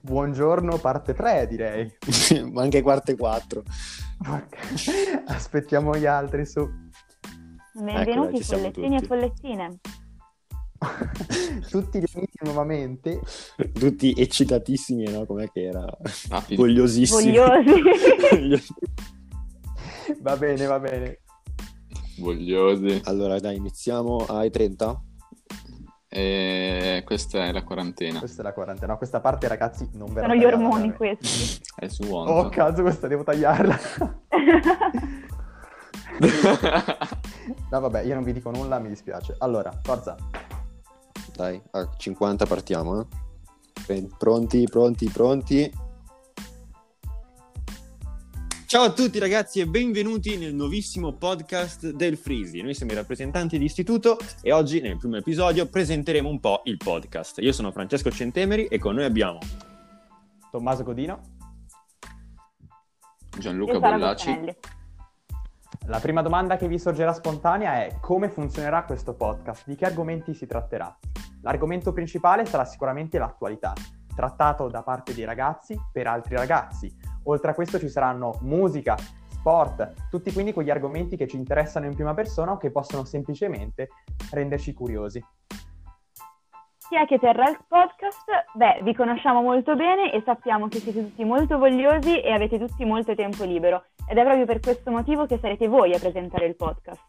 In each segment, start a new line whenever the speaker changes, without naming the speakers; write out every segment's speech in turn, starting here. Buongiorno, parte 3 direi.
Ma anche quarte 4.
Aspettiamo gli altri su.
Eccola,
Benvenuti
ci siamo
follettini e
tutti.
follettine.
Tutti gli amici nuovamente.
Tutti eccitatissimi, no? Com'è che era?
Rapido.
Vogliosissimi.
Vogliosi.
Vogliosi.
Va bene, va bene.
Vogliosi.
allora, dai, iniziamo ai 30.
E questa è la quarantena.
Questa è la quarantena. No, questa parte, ragazzi, non verrà.
Sono gli
tagliata,
ormoni
veramente.
questi.
È su Onzo.
Oh, cazzo, questa devo tagliarla. No, vabbè, io non vi dico nulla, mi dispiace. Allora, forza.
Dai, a 50 partiamo. eh. Pre- Pronti, pronti, pronti. Ciao a tutti ragazzi e benvenuti nel nuovissimo podcast del Freezy. Noi siamo i rappresentanti di istituto e oggi nel primo episodio presenteremo un po' il podcast. Io sono Francesco Centemeri e con noi abbiamo
Tommaso Codino.
Gianluca
Io Sara
Bollacci.
Costanelli.
La prima domanda che vi sorgerà spontanea è come funzionerà questo podcast? Di che argomenti si tratterà? L'argomento principale sarà sicuramente l'attualità, trattato da parte dei ragazzi per altri ragazzi. Oltre a questo ci saranno musica, sport, tutti quindi quegli argomenti che ci interessano in prima persona o che possono semplicemente renderci curiosi.
Chi è che terrà il podcast? Beh, vi conosciamo molto bene e sappiamo che siete tutti molto vogliosi e avete tutti molto tempo libero. Ed è proprio per questo motivo che sarete voi a presentare il podcast.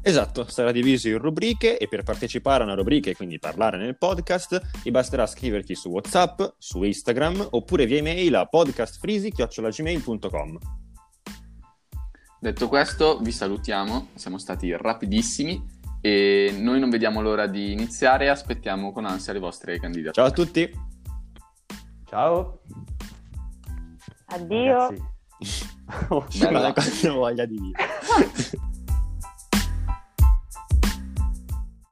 Esatto, sarà diviso in rubriche e per partecipare a una rubrica e quindi parlare nel podcast vi basterà scriverti su WhatsApp, su Instagram oppure via email a podcastfreezy.gmail.com
Detto questo, vi salutiamo. Siamo stati rapidissimi e noi non vediamo l'ora di iniziare. Aspettiamo con ansia le vostre candidature.
Ciao a tutti!
Ciao!
Addio.
Ragazzi.
Ma la cosa voglia di dire.